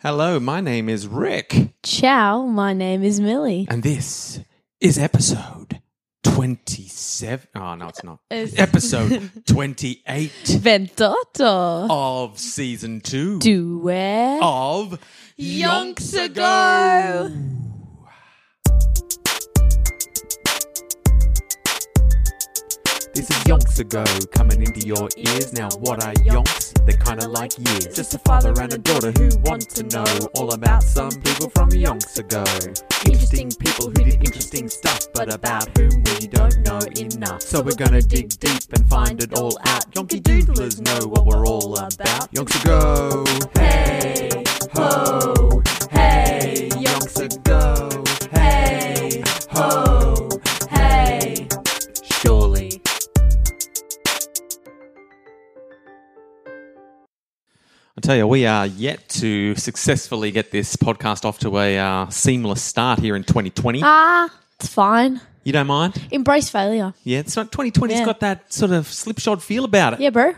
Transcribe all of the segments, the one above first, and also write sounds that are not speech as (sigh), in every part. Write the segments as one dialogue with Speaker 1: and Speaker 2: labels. Speaker 1: Hello, my name is Rick,
Speaker 2: Ciao, my name is Millie.
Speaker 1: and this is episode 27. Oh, no, it's not.
Speaker 2: It's-
Speaker 1: episode 28
Speaker 2: Ventotto.
Speaker 1: of season two
Speaker 2: Do it.
Speaker 1: of
Speaker 2: Yonks
Speaker 1: Yonks
Speaker 2: Ago.
Speaker 1: This is Yonks Ago coming into your ears. Now, what are Yonks? They're kind of like years. Just a father and a daughter who want to know all about some people from Yonks Ago. Interesting people who did interesting stuff, but about whom we don't know enough. So we're gonna dig deep and find it all out. Yonky Doodlers know what we're all about. Yonks Ago! Hey! Ho! Hey! Yonks Ago! Hey! Ho! Hey! Surely. I tell you, we are yet to successfully get this podcast off to a uh, seamless start here in 2020.
Speaker 2: Ah, it's fine.
Speaker 1: you don't mind?
Speaker 2: Embrace failure.
Speaker 1: Yeah, it's not 2020's
Speaker 2: Yeah.
Speaker 1: got that sort of slipshod feel about it.
Speaker 2: Yeah, bro.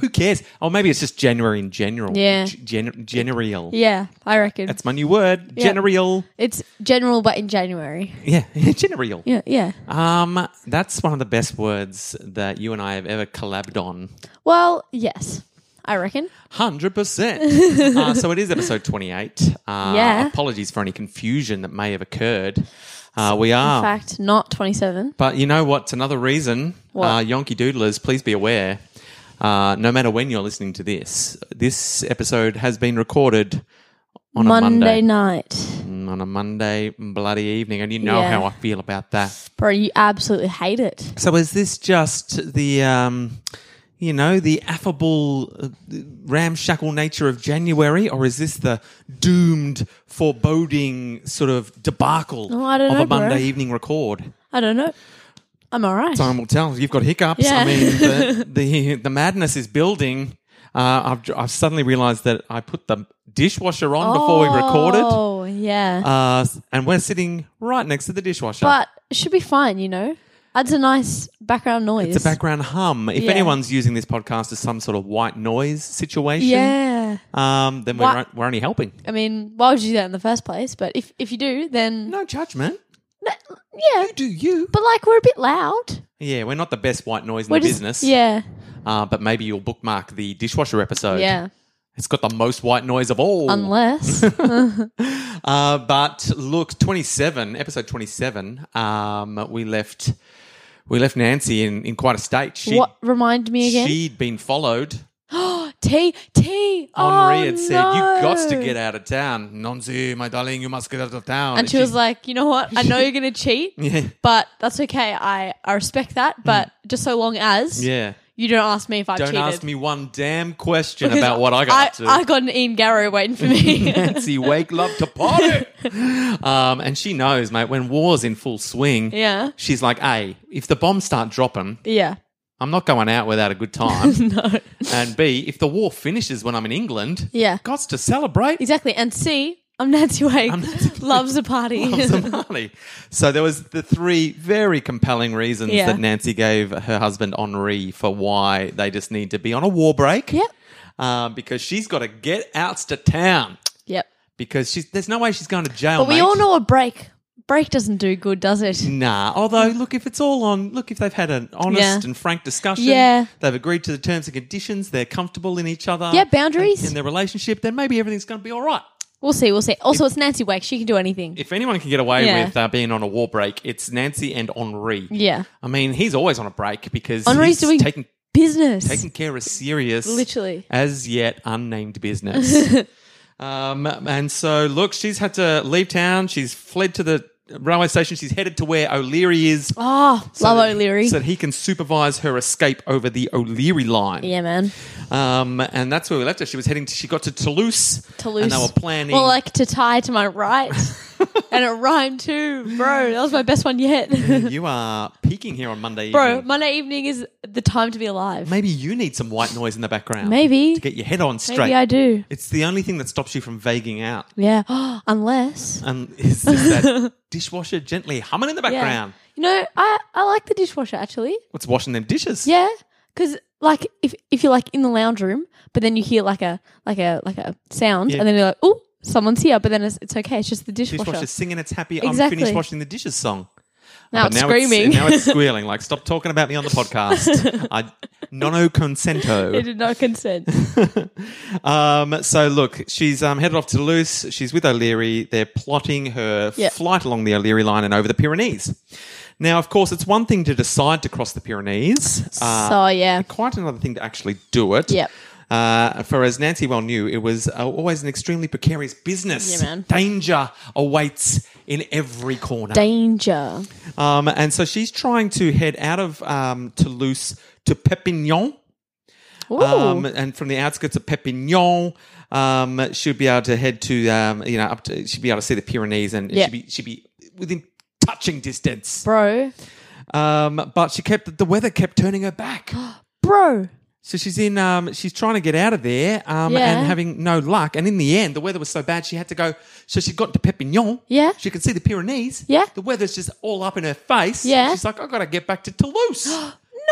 Speaker 1: Who cares? Or maybe it's just January in general.
Speaker 2: Yeah.
Speaker 1: G- gen- general.
Speaker 2: Yeah, I reckon.
Speaker 1: That's my new word.
Speaker 2: Yeah.
Speaker 1: General.
Speaker 2: it's general, but in January. (laughs)
Speaker 1: Yeah, general.
Speaker 2: Yeah, yeah.
Speaker 1: Um, that's one of the best words that you and I have ever collabed on.
Speaker 2: Well, yes, I reckon.
Speaker 1: Hundred
Speaker 2: (laughs)
Speaker 1: percent. Uh, so it is episode twenty-eight. Uh,
Speaker 2: Yeah.
Speaker 1: Apologies for any confusion that may have occurred. Uh, we are,
Speaker 2: In fact, not 27.
Speaker 1: but you know what's another reason?
Speaker 2: What?
Speaker 1: Uh, Yonky Doodlers, please be aware. Uh, no matter when you're listening to this, this episode has been recorded on
Speaker 2: Monday,
Speaker 1: a Monday,
Speaker 2: night.
Speaker 1: Mm, on a Monday bloody evening, and you know
Speaker 2: Yeah.
Speaker 1: how I feel about that.
Speaker 2: Bro, you absolutely hate it.
Speaker 1: So is this just the, um, you know, the affable, uh, ramshackle nature of January, or is this the doomed, foreboding sort of debacle
Speaker 2: Oh, I don't
Speaker 1: of
Speaker 2: know,
Speaker 1: a Monday
Speaker 2: bro.
Speaker 1: evening record?
Speaker 2: I don't know. I'm all right.
Speaker 1: Time will tell. You've got hiccups. I
Speaker 2: Yeah.
Speaker 1: mean,
Speaker 2: (laughs)
Speaker 1: the, the the madness is building. Uh, I've I've suddenly realised that I put the dishwasher on before we recorded,
Speaker 2: Oh, yeah.
Speaker 1: uh, and we're sitting right next to the dishwasher.
Speaker 2: but it should be fine, you know? That's a nice background noise.
Speaker 1: It's a background hum. If
Speaker 2: Yeah.
Speaker 1: anyone's using this podcast as some sort of white noise situation,
Speaker 2: Yeah.
Speaker 1: um, then we're,
Speaker 2: Why-
Speaker 1: we're only helping.
Speaker 2: I mean, why would you do that in the first place? But if, if you do, then
Speaker 1: No judgment.
Speaker 2: No, yeah.
Speaker 1: Do you?
Speaker 2: But like, we're a bit loud.
Speaker 1: Yeah, we're not the best white noise in
Speaker 2: We're
Speaker 1: the
Speaker 2: just-
Speaker 1: business.
Speaker 2: Yeah,
Speaker 1: Uh, but maybe you'll bookmark the dishwasher episode.
Speaker 2: yeah.
Speaker 1: It's got the most white noise of all. (laughs)
Speaker 2: Unless
Speaker 1: uh, but look, 27, episode 27, um, we left we left Nancy in, in quite a state. She,
Speaker 2: what? Remind me again.
Speaker 1: she'd been followed.
Speaker 2: T T.
Speaker 1: Henri
Speaker 2: oh,
Speaker 1: had said, "You got to
Speaker 2: no."
Speaker 1: get out of town, Nancy, my darling. You must get out of town."
Speaker 2: And she was like, you know what? I know you're gonna cheat,
Speaker 1: (laughs) "Yeah, Mm.
Speaker 2: but that's okay. I I respect that. But just so long as
Speaker 1: yeah.
Speaker 2: you don't ask me if I
Speaker 1: Don't
Speaker 2: cheated.
Speaker 1: ask me one damn question
Speaker 2: Because
Speaker 1: about what I got up to." (laughs)
Speaker 2: I got an Ian Garrow waiting for me. (laughs)
Speaker 1: Nancy Wake love to party, um, and she knows, mate. When war's in full swing,
Speaker 2: yeah,
Speaker 1: she's like, "A, if the bombs start dropping,
Speaker 2: yeah. (laughs)
Speaker 1: I'm not going out without a good time."
Speaker 2: No.
Speaker 1: and B, if the war finishes when I'm in England,
Speaker 2: Yeah.
Speaker 1: gots to celebrate.
Speaker 2: Exactly. And C, I'm (laughs) Nancy Wake.
Speaker 1: I'm Nancy Wake.
Speaker 2: Loves
Speaker 1: (laughs)
Speaker 2: a party.
Speaker 1: of
Speaker 2: (laughs)
Speaker 1: Somali. So there was the three very compelling reasons
Speaker 2: Yeah.
Speaker 1: that Nancy gave her husband Henri for why they just need to be on a war break.
Speaker 2: Yep.
Speaker 1: Um, because she's got to get out to town
Speaker 2: yep.
Speaker 1: because she's there's no way she's going to jail.
Speaker 2: But we
Speaker 1: mate.
Speaker 2: all know a break. Break doesn't do good, does it?
Speaker 1: Nah. Although, look, if it's all on, look, if they've had an honest
Speaker 2: Yeah.
Speaker 1: and frank discussion,
Speaker 2: Yeah.
Speaker 1: they've agreed to the terms and conditions, they're comfortable in each other,
Speaker 2: Yeah, boundaries.
Speaker 1: in their relationship, then maybe everything's going to be all right.
Speaker 2: We'll see. We'll see. Also, it's Nancy Wake. She can do anything.
Speaker 1: If anyone can get away
Speaker 2: Yeah.
Speaker 1: with uh, being on a war break, it's Nancy and Henri.
Speaker 2: yeah.
Speaker 1: I mean, he's always on a break because he's
Speaker 2: Henri's doing-
Speaker 1: taking
Speaker 2: Business.
Speaker 1: taking care of serious,
Speaker 2: Literally.
Speaker 1: as yet unnamed
Speaker 2: (laughs)
Speaker 1: business. um, and so, look, she's had to leave town. She's fled to the railway station. She's headed to where O'Leary is.
Speaker 2: Oh,
Speaker 1: so
Speaker 2: love
Speaker 1: that-
Speaker 2: O'Leary.
Speaker 1: So that he can supervise her escape over the O'Leary line.
Speaker 2: yeah, man.
Speaker 1: Um, and that's where we left her. She was heading. To, she got to Toulouse.
Speaker 2: Toulouse.
Speaker 1: And they were planning. (laughs)
Speaker 2: Well, like to tie to my right. and it rhymed too, bro. That was my best one yet. (laughs)
Speaker 1: you are peaking here on Monday evening.
Speaker 2: bro, Monday evening is the time to be alive.
Speaker 1: Maybe you need some white noise in the background.
Speaker 2: Maybe.
Speaker 1: To get your head on straight.
Speaker 2: Maybe I do.
Speaker 1: It's the only thing that stops you from vaguing out.
Speaker 2: Yeah. (gasps) Unless.
Speaker 1: And is just
Speaker 2: (laughs)
Speaker 1: that dishwasher gently humming in the
Speaker 2: Yeah.
Speaker 1: background.
Speaker 2: You know, I, I like the dishwasher actually.
Speaker 1: What's washing them dishes?
Speaker 2: Yeah, because like if if you're like in the lounge room, but then you hear like a like a like a sound,
Speaker 1: Yeah.
Speaker 2: and then you're like, oh, someone's here, but then it's, it's okay. It's just the dishwasher.
Speaker 1: Dishwasher's singing its happy I'm
Speaker 2: Exactly.
Speaker 1: finished washing the dishes song.
Speaker 2: Now
Speaker 1: But
Speaker 2: it's screaming.
Speaker 1: now
Speaker 2: (laughs)
Speaker 1: it's squealing. Like, stop talking about me on the podcast. I nono consento.
Speaker 2: (laughs) It did not consent.
Speaker 1: Um, so look, she's um, headed off to Toulouse. She's with O'Leary. They're plotting her
Speaker 2: Yep.
Speaker 1: flight along the O'Leary line and over the Pyrenees. Now, of course, it's one thing to decide to cross the Pyrenees. (laughs) Uh,
Speaker 2: so yeah,
Speaker 1: quite another thing to actually do it.
Speaker 2: Yep.
Speaker 1: Uh, for as Nancy well knew, it was uh, always an extremely precarious business.
Speaker 2: Yeah, man.
Speaker 1: Danger awaits in every corner.
Speaker 2: danger.
Speaker 1: Um, and so she's trying to head out of um, Toulouse to Perpignan.
Speaker 2: Ooh.
Speaker 1: Um, and from the outskirts of Perpignan, um, she'll be able to head to, um, you know, up to, she'll be able to see the Pyrenees and
Speaker 2: Yeah.
Speaker 1: she'll, be, she'll be within touching distance.
Speaker 2: bro,
Speaker 1: Um, but she kept, the weather kept turning her back.
Speaker 2: bro.
Speaker 1: So she's in, um, she's trying to get out of there um,
Speaker 2: Yeah.
Speaker 1: and having no luck. And in the end, the weather was so bad, she had to go. So she got to Perpignan.
Speaker 2: Yeah.
Speaker 1: She could see the Pyrenees.
Speaker 2: Yeah.
Speaker 1: The weather's just all up in her face.
Speaker 2: Yeah.
Speaker 1: She's like, i got to get back to
Speaker 2: (gasps)
Speaker 1: Toulouse.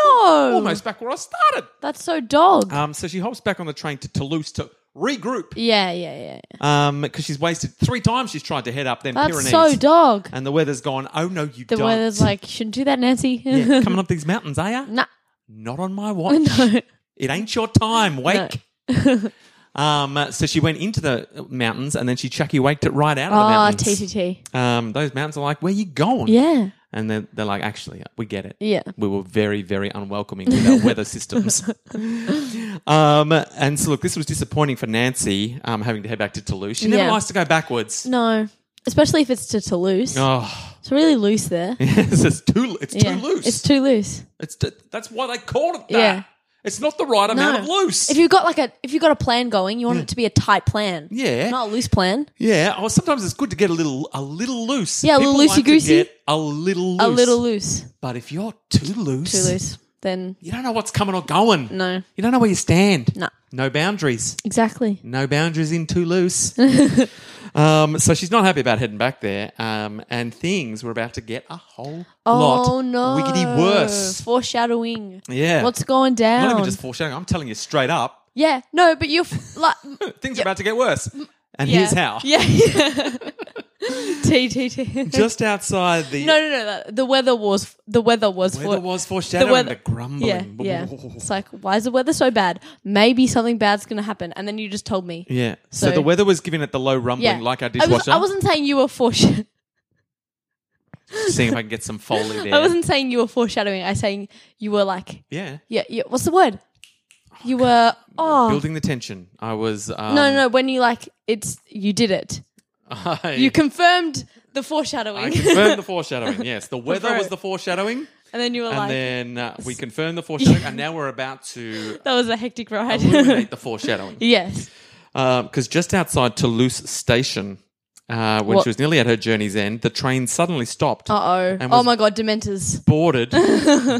Speaker 2: No,
Speaker 1: Almost back where I started.
Speaker 2: That's so dog.
Speaker 1: Um, so she hops back on the train to Toulouse to regroup
Speaker 2: yeah, yeah, yeah. yeah.
Speaker 1: because she's wasted three times she's tried to head up them
Speaker 2: That's
Speaker 1: Pyrenees.
Speaker 2: so dog.
Speaker 1: and the weather's gone, oh no, you
Speaker 2: The
Speaker 1: don't.
Speaker 2: weather's like, shouldn't do that, Nancy.
Speaker 1: (laughs)
Speaker 2: (laughs)
Speaker 1: Yeah, coming up these mountains, are ya?
Speaker 2: nah, (laughs)
Speaker 1: Not on my watch.
Speaker 2: no.
Speaker 1: It ain't your time,
Speaker 2: (laughs)
Speaker 1: wake. um, so she went into the mountains and then she chucky waked it right out of the
Speaker 2: Ah,
Speaker 1: mountains.
Speaker 2: TTT.
Speaker 1: Um, those mountains are like, where you going?
Speaker 2: Yeah,
Speaker 1: And then they're like, actually, we get it.
Speaker 2: yeah.
Speaker 1: We were very, very unwelcoming with our weather
Speaker 2: (laughs)
Speaker 1: systems. um, and so, look, this was disappointing for Nancy um, having to head back to Toulouse. She never
Speaker 2: Yeah.
Speaker 1: likes to go backwards.
Speaker 2: No, especially if it's to Toulouse.
Speaker 1: Oh, (laughs)
Speaker 2: It's really loose there.
Speaker 1: it's just too, it's
Speaker 2: yeah.
Speaker 1: too loose.
Speaker 2: It's too loose.
Speaker 1: It's t- that's why they called it that.
Speaker 2: Yeah.
Speaker 1: It's not the right amount
Speaker 2: No.
Speaker 1: of loose. Mm.
Speaker 2: If you've got like a, if you've got a plan going, you want it to be a tight plan.
Speaker 1: Yeah.
Speaker 2: not a loose plan.
Speaker 1: yeah. Oh, sometimes it's good to get a little, a little loose.
Speaker 2: Yeah, a
Speaker 1: People
Speaker 2: little
Speaker 1: like to
Speaker 2: loosey-goosey.
Speaker 1: get A little loose.
Speaker 2: A little loose,
Speaker 1: But if you're too loose,
Speaker 2: too loose. Then
Speaker 1: you don't know what's coming or going.
Speaker 2: no,
Speaker 1: You don't know where you stand.
Speaker 2: No.
Speaker 1: No boundaries.
Speaker 2: exactly.
Speaker 1: No boundaries in too
Speaker 2: (laughs)
Speaker 1: loose. um, so she's not happy about heading back there. Um, and things were about to get a whole
Speaker 2: Oh
Speaker 1: lot
Speaker 2: no,
Speaker 1: wiggity worse.
Speaker 2: Foreshadowing.
Speaker 1: Yeah.
Speaker 2: what's going down?
Speaker 1: Not even just foreshadowing. I'm telling you straight up,
Speaker 2: yeah, no, but you're f- like,
Speaker 1: (laughs) things are about to get worse. And
Speaker 2: yeah.
Speaker 1: here's how.
Speaker 2: Yeah,
Speaker 1: (laughs)
Speaker 2: T T (laughs) T.
Speaker 1: Just outside the
Speaker 2: No, no, no. that- The weather was the weather was
Speaker 1: weather
Speaker 2: for
Speaker 1: was foreshadowing the,
Speaker 2: weather- yeah,
Speaker 1: grumbling. (laughs)
Speaker 2: yeah. It's like why is the weather so bad? Maybe something bad's gonna happen, and then you just told me.
Speaker 1: Yeah. So,
Speaker 2: So-
Speaker 1: the weather was giving it the low rumbling
Speaker 2: Yeah,
Speaker 1: like our
Speaker 2: I, was,
Speaker 1: dishwasher.
Speaker 2: I wasn't saying you were foreshadowing.
Speaker 1: seeing if I can get some foley there.
Speaker 2: (laughs) I wasn't saying you were foreshadowing. I was saying you were like,
Speaker 1: yeah.
Speaker 2: yeah, yeah. What's the word? You were oh
Speaker 1: Building the tension. I was um,
Speaker 2: no, no. When you like, it's you did it.
Speaker 1: (laughs) I,
Speaker 2: You confirmed the
Speaker 1: I
Speaker 2: foreshadowing,
Speaker 1: confirmed the foreshadowing. Yes, the weather
Speaker 2: Confirm.
Speaker 1: was the foreshadowing,
Speaker 2: (laughs) and then you were
Speaker 1: and
Speaker 2: like,
Speaker 1: then uh, we confirmed the foreshadowing, and now we're about
Speaker 2: (laughs)
Speaker 1: to
Speaker 2: that was a hectic ride.
Speaker 1: illuminate
Speaker 2: (laughs)
Speaker 1: the foreshadowing.
Speaker 2: yes.
Speaker 1: Because just outside Toulouse station, uh, when
Speaker 2: What?
Speaker 1: she was nearly at her journey's end, the train suddenly stopped,
Speaker 2: Uh oh.
Speaker 1: And
Speaker 2: Oh
Speaker 1: was-
Speaker 2: my god, Dementors.
Speaker 1: boarded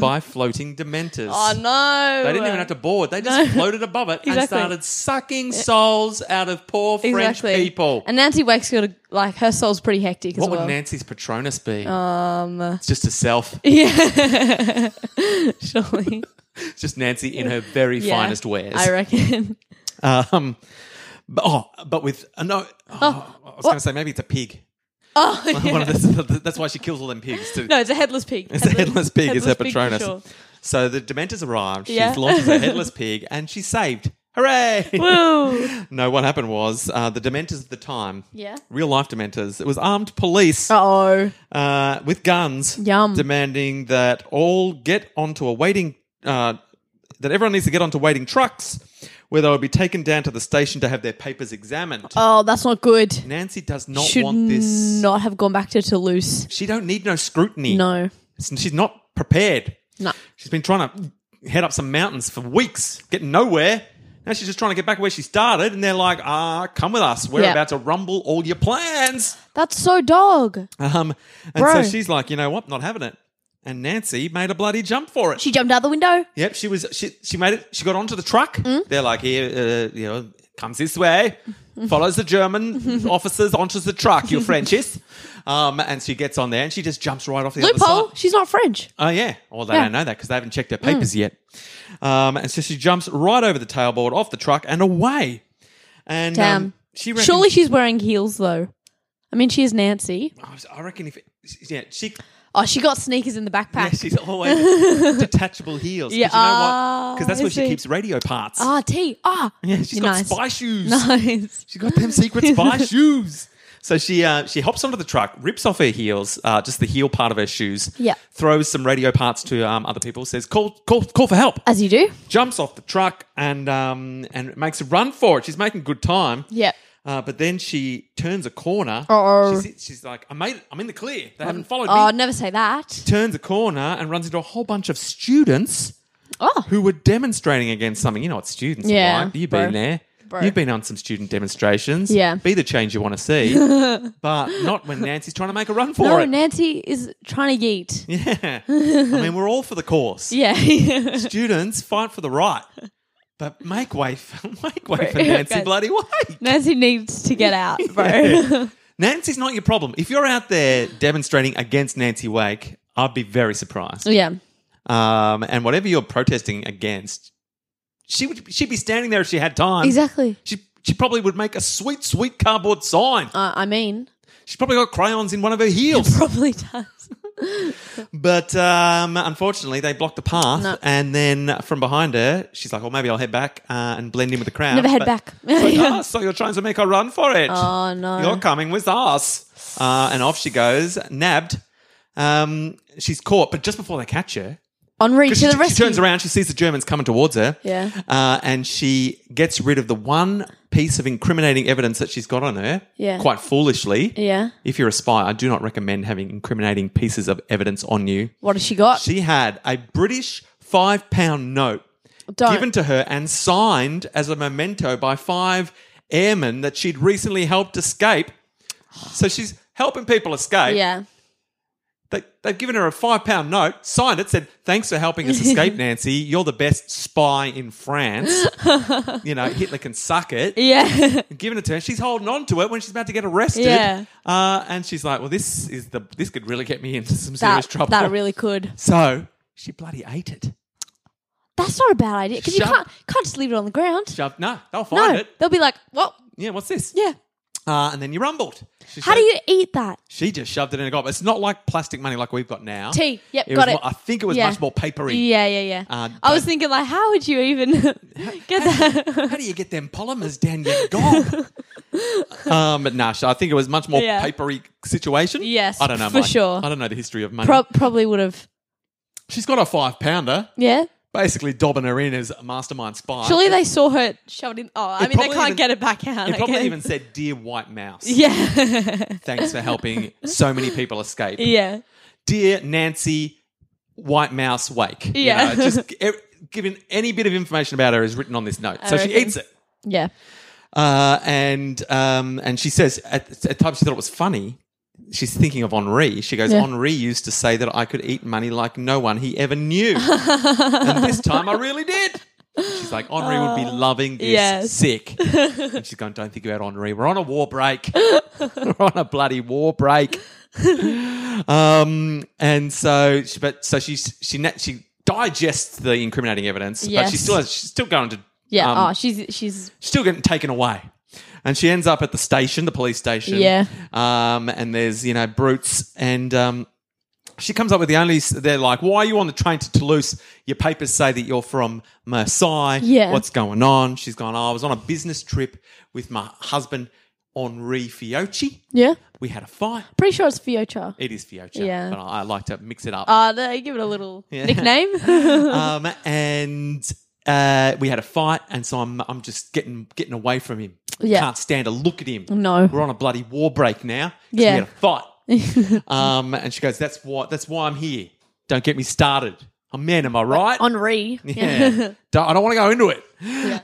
Speaker 2: (laughs)
Speaker 1: by floating dementors.
Speaker 2: Oh no.
Speaker 1: They didn't even have to board; they just
Speaker 2: (laughs)
Speaker 1: floated above it and
Speaker 2: Exactly.
Speaker 1: started sucking souls out of poor
Speaker 2: Exactly.
Speaker 1: French people.
Speaker 2: And Nancy Wakefield, like her soul's pretty hectic
Speaker 1: what
Speaker 2: as well. Oh. uh,
Speaker 1: would Nancy's Patronus be? Um, (laughs) it's just herself.
Speaker 2: yeah, (laughs) surely.
Speaker 1: It's just Nancy in her very
Speaker 2: Yeah.
Speaker 1: finest wares.
Speaker 2: I reckon. (laughs)
Speaker 1: Um, but, oh, but with uh, no, oh, I was going to say maybe it's a pig. (laughs)
Speaker 2: Oh, yeah.
Speaker 1: One of the, that's why she kills all them pigs. To,
Speaker 2: (laughs) no, it's a headless pig.
Speaker 1: it's a headless pig. is her
Speaker 2: headless pig for
Speaker 1: patronus.
Speaker 2: sure.
Speaker 1: So the Dementors arrived.
Speaker 2: Yeah.
Speaker 1: She launches
Speaker 2: (laughs)
Speaker 1: a headless pig, and she's saved. Hooray!
Speaker 2: Woo!
Speaker 1: (laughs) no, what happened was uh, the Dementors at the time.
Speaker 2: Yeah.
Speaker 1: Real life Dementors. It was armed police
Speaker 2: Oh,
Speaker 1: uh, with guns,
Speaker 2: Yum.
Speaker 1: demanding that all get onto a waiting, uh, that everyone needs to get onto waiting trucks, where they will be taken down to the station to have their papers examined.
Speaker 2: oh, that's not good.
Speaker 1: Nancy does not
Speaker 2: Should
Speaker 1: want this.
Speaker 2: not have gone back to Toulouse.
Speaker 1: she don't need no scrutiny.
Speaker 2: No,
Speaker 1: S- she's not prepared.
Speaker 2: no.
Speaker 1: She's been trying to head up some mountains for weeks, getting nowhere. Now she's just trying to get back where she started, and they're like, "Ah, come with us. We're
Speaker 2: Yeah.
Speaker 1: about to rumble all your plans."
Speaker 2: That's so dog.
Speaker 1: Um, and
Speaker 2: Bro.
Speaker 1: so she's like, "You know what? Not having it." And Nancy made a bloody jump for it.
Speaker 2: She jumped out the window.
Speaker 1: Yep, she was. She she made it. She got onto the truck.
Speaker 2: Mm.
Speaker 1: They're like, here, uh, you know, comes this way, follows the
Speaker 2: (laughs)
Speaker 1: German officers onto the truck. You Frenchies, um, and she gets on there and she just jumps right off the other
Speaker 2: Loophole.
Speaker 1: side.
Speaker 2: She's not French.
Speaker 1: Oh yeah, well they
Speaker 2: Yeah. Mm.
Speaker 1: don't know that because they haven't checked their papers yet. Um, and so she jumps right over the tailboard off the truck and away. And
Speaker 2: Damn.
Speaker 1: Um, She reckons,
Speaker 2: Surely she's wearing heels though. I mean, she is Nancy.
Speaker 1: I was- I reckon if yeah, she
Speaker 2: Oh, she got sneakers in the
Speaker 1: yeah,
Speaker 2: backpack.
Speaker 1: she's
Speaker 2: (laughs)
Speaker 1: always detachable heels.
Speaker 2: Yeah,
Speaker 1: because you know
Speaker 2: ah,
Speaker 1: because that's
Speaker 2: I
Speaker 1: where she
Speaker 2: see.
Speaker 1: keeps radio parts.
Speaker 2: Ah, T. Ah,
Speaker 1: yeah, she's
Speaker 2: you're
Speaker 1: got
Speaker 2: nice.
Speaker 1: spy shoes.
Speaker 2: (laughs) nice.
Speaker 1: She got them secret
Speaker 2: (laughs)
Speaker 1: spy shoes. So she uh, she hops onto the truck, rips off her heels, uh, just the heel part of her shoes.
Speaker 2: Yeah.
Speaker 1: Throws some radio parts to um, other people. Says call call call for help.
Speaker 2: As you do.
Speaker 1: Jumps off the truck and um, and makes a run for it. She's making good time.
Speaker 2: Yep.
Speaker 1: Uh, but then she turns a corner.
Speaker 2: Uh-oh.
Speaker 1: She sits- she's like, I made it. I'm in the clear. They haven't followed
Speaker 2: Oh,
Speaker 1: me.
Speaker 2: never say that.
Speaker 1: Turns a corner and runs into a whole bunch of students
Speaker 2: Oh,
Speaker 1: who were demonstrating against something. You know what students are
Speaker 2: Yeah,
Speaker 1: like. You've
Speaker 2: bro.
Speaker 1: been there.
Speaker 2: Bro.
Speaker 1: You've been on some student demonstrations.
Speaker 2: Yeah.
Speaker 1: Be the change you want to
Speaker 2: (laughs)
Speaker 1: see. but not when Nancy's trying to make a run for
Speaker 2: no,
Speaker 1: it.
Speaker 2: Nancy is trying to yeet.
Speaker 1: (laughs) yeah. I mean, we're all for the cause.
Speaker 2: Yeah. (laughs)
Speaker 1: Students fight for the right. But make way for, (laughs) make way for
Speaker 2: Right. (laughs)
Speaker 1: Nancy
Speaker 2: Okay.
Speaker 1: bloody way.
Speaker 2: Nancy needs to get out,
Speaker 1: (laughs)
Speaker 2: bro.
Speaker 1: Nancy's not your problem. If you're out there demonstrating against Nancy Wake, I'd be very surprised.
Speaker 2: yeah.
Speaker 1: Um, and whatever you're protesting against, she would she'd be standing there if she had time.
Speaker 2: Exactly.
Speaker 1: She she probably would make a sweet sweet cardboard sign.
Speaker 2: Uh, I mean,
Speaker 1: She's probably got crayons in one of her heels.
Speaker 2: (laughs) probably does.
Speaker 1: But um, unfortunately, they blocked the path,
Speaker 2: No.
Speaker 1: and then from behind her, she's like, "Well, maybe I'll head back uh, and blend in with the crowd."
Speaker 2: Never head
Speaker 1: But-
Speaker 2: back.
Speaker 1: It's (laughs)
Speaker 2: (laughs)
Speaker 1: like, "Ah, so you're trying to make a run for it?
Speaker 2: Oh, no.
Speaker 1: You're coming with us. Uh, and off she goes, nabbed. Um, she's caught, but just before they catch her,
Speaker 2: On route
Speaker 1: 'cause
Speaker 2: to
Speaker 1: she,
Speaker 2: the
Speaker 1: she
Speaker 2: rescue.
Speaker 1: turns around, she sees the Germans coming towards her.
Speaker 2: Yeah.
Speaker 1: Uh, and she gets rid of the one piece of incriminating evidence that she's got on her.
Speaker 2: Yeah.
Speaker 1: Quite foolishly.
Speaker 2: Yeah.
Speaker 1: If you're a spy, I do not recommend having incriminating pieces of evidence on you.
Speaker 2: What has she got?
Speaker 1: She had a British five pound note
Speaker 2: Don't.
Speaker 1: given to her and signed as a memento by five airmen that she'd recently helped escape. So she's helping people escape.
Speaker 2: yeah.
Speaker 1: They, they've given her a five pound note, signed it, said, Thanks for helping us
Speaker 2: (laughs)
Speaker 1: escape, Nancy. You're the best spy in France. you know, Hitler can suck it. (laughs)
Speaker 2: Yeah.
Speaker 1: And Given it to her, she's holding on to it when she's about to get arrested.
Speaker 2: Yeah.
Speaker 1: Uh, and she's like, Well, this is the this could really get me into some serious
Speaker 2: that,
Speaker 1: trouble.
Speaker 2: that really could.
Speaker 1: so she bloody ate it.
Speaker 2: That's not a bad idea because you
Speaker 1: Shove-
Speaker 2: can't can't just leave it on the ground.
Speaker 1: Shoved, no, they'll find
Speaker 2: No,
Speaker 1: it.
Speaker 2: they'll be like, "Well,
Speaker 1: Yeah, what's this?
Speaker 2: yeah."
Speaker 1: Uh, and then you rumbled. She
Speaker 2: How do
Speaker 1: shoved-
Speaker 2: you eat that?
Speaker 1: She just shoved it in a gob. It's not like plastic money like we've got now.
Speaker 2: Tea. Yep,
Speaker 1: It was
Speaker 2: got it.
Speaker 1: more- I think it was
Speaker 2: Yeah.
Speaker 1: much more papery.
Speaker 2: Yeah, yeah, yeah.
Speaker 1: Uh,
Speaker 2: I was
Speaker 1: don't-
Speaker 2: thinking, like, how would you
Speaker 1: (laughs)
Speaker 2: even (laughs) get that?
Speaker 1: How do you get them polymers down your gob? (laughs) um, but nah, I think it was much more
Speaker 2: Yeah.
Speaker 1: papery situation.
Speaker 2: Yes,
Speaker 1: I don't know
Speaker 2: for
Speaker 1: Mike.
Speaker 2: sure.
Speaker 1: I don't know the history of money.
Speaker 2: Pro- probably would have.
Speaker 1: She's got a five pounder,
Speaker 2: Yeah.
Speaker 1: basically dobbing her in as a mastermind spy.
Speaker 2: Surely they saw her shoved in. Oh, I
Speaker 1: It
Speaker 2: mean, they
Speaker 1: probably
Speaker 2: can't
Speaker 1: even-
Speaker 2: get it back out.
Speaker 1: it
Speaker 2: I
Speaker 1: probably
Speaker 2: guess.
Speaker 1: even said, "Dear white mouse,
Speaker 2: Yeah.
Speaker 1: thanks for helping so many people escape."
Speaker 2: yeah.
Speaker 1: dear Nancy White Mouse Wake. You know,
Speaker 2: Yeah. (laughs)
Speaker 1: just e- given any bit of information about her is written on this note. so she
Speaker 2: reckon.
Speaker 1: eats it.
Speaker 2: Yeah.
Speaker 1: Uh, and um, and she says, at, at times she thought it was funny. She's thinking of Henri. She goes,
Speaker 2: Yeah.
Speaker 1: Henri used to say that I could eat money like no one he ever knew. and
Speaker 2: (laughs)
Speaker 1: this time I really did. She's like, Henri would be loving this
Speaker 2: Oh, yes. (laughs)
Speaker 1: sick. and she's going, Don't think about Henri. We're on a war break. We're on a bloody war
Speaker 2: (laughs)
Speaker 1: break. Um, and so, she, but so she she na- she digests the incriminating evidence, but
Speaker 2: Yes.
Speaker 1: she's still she's still going to
Speaker 2: Yeah.
Speaker 1: um,
Speaker 2: oh, she's she's
Speaker 1: still getting taken away. And she ends up at the station, the police station.
Speaker 2: Yeah.
Speaker 1: Um, and there's, you know, brutes. And um, she comes up with the only, they're like, why are you on the train to Toulouse? Your papers say that you're from Marseille.
Speaker 2: Yeah.
Speaker 1: What's going on? She's gone, oh, I was on a business trip with my husband, Henri Fiocchi.
Speaker 2: yeah.
Speaker 1: We had a fight.
Speaker 2: Pretty sure it's Fiocha.
Speaker 1: It is Fiocchi.
Speaker 2: Yeah.
Speaker 1: But I, I like to mix it up.
Speaker 2: Uh, they give it a little
Speaker 1: (laughs) Yeah.
Speaker 2: nickname. (laughs)
Speaker 1: um, and uh, we had a fight, and so I'm I'm just getting getting away from him.
Speaker 2: Yeah.
Speaker 1: Can't stand to look at him.
Speaker 2: No.
Speaker 1: we're on a bloody war break now. 'cause
Speaker 2: Yeah.
Speaker 1: we had a fight. um, and she goes, "That's why. That's why I'm here. Don't get me started. I'm man. Am I right?
Speaker 2: Henri.
Speaker 1: (laughs) yeah. Don't- I don't want to go into it.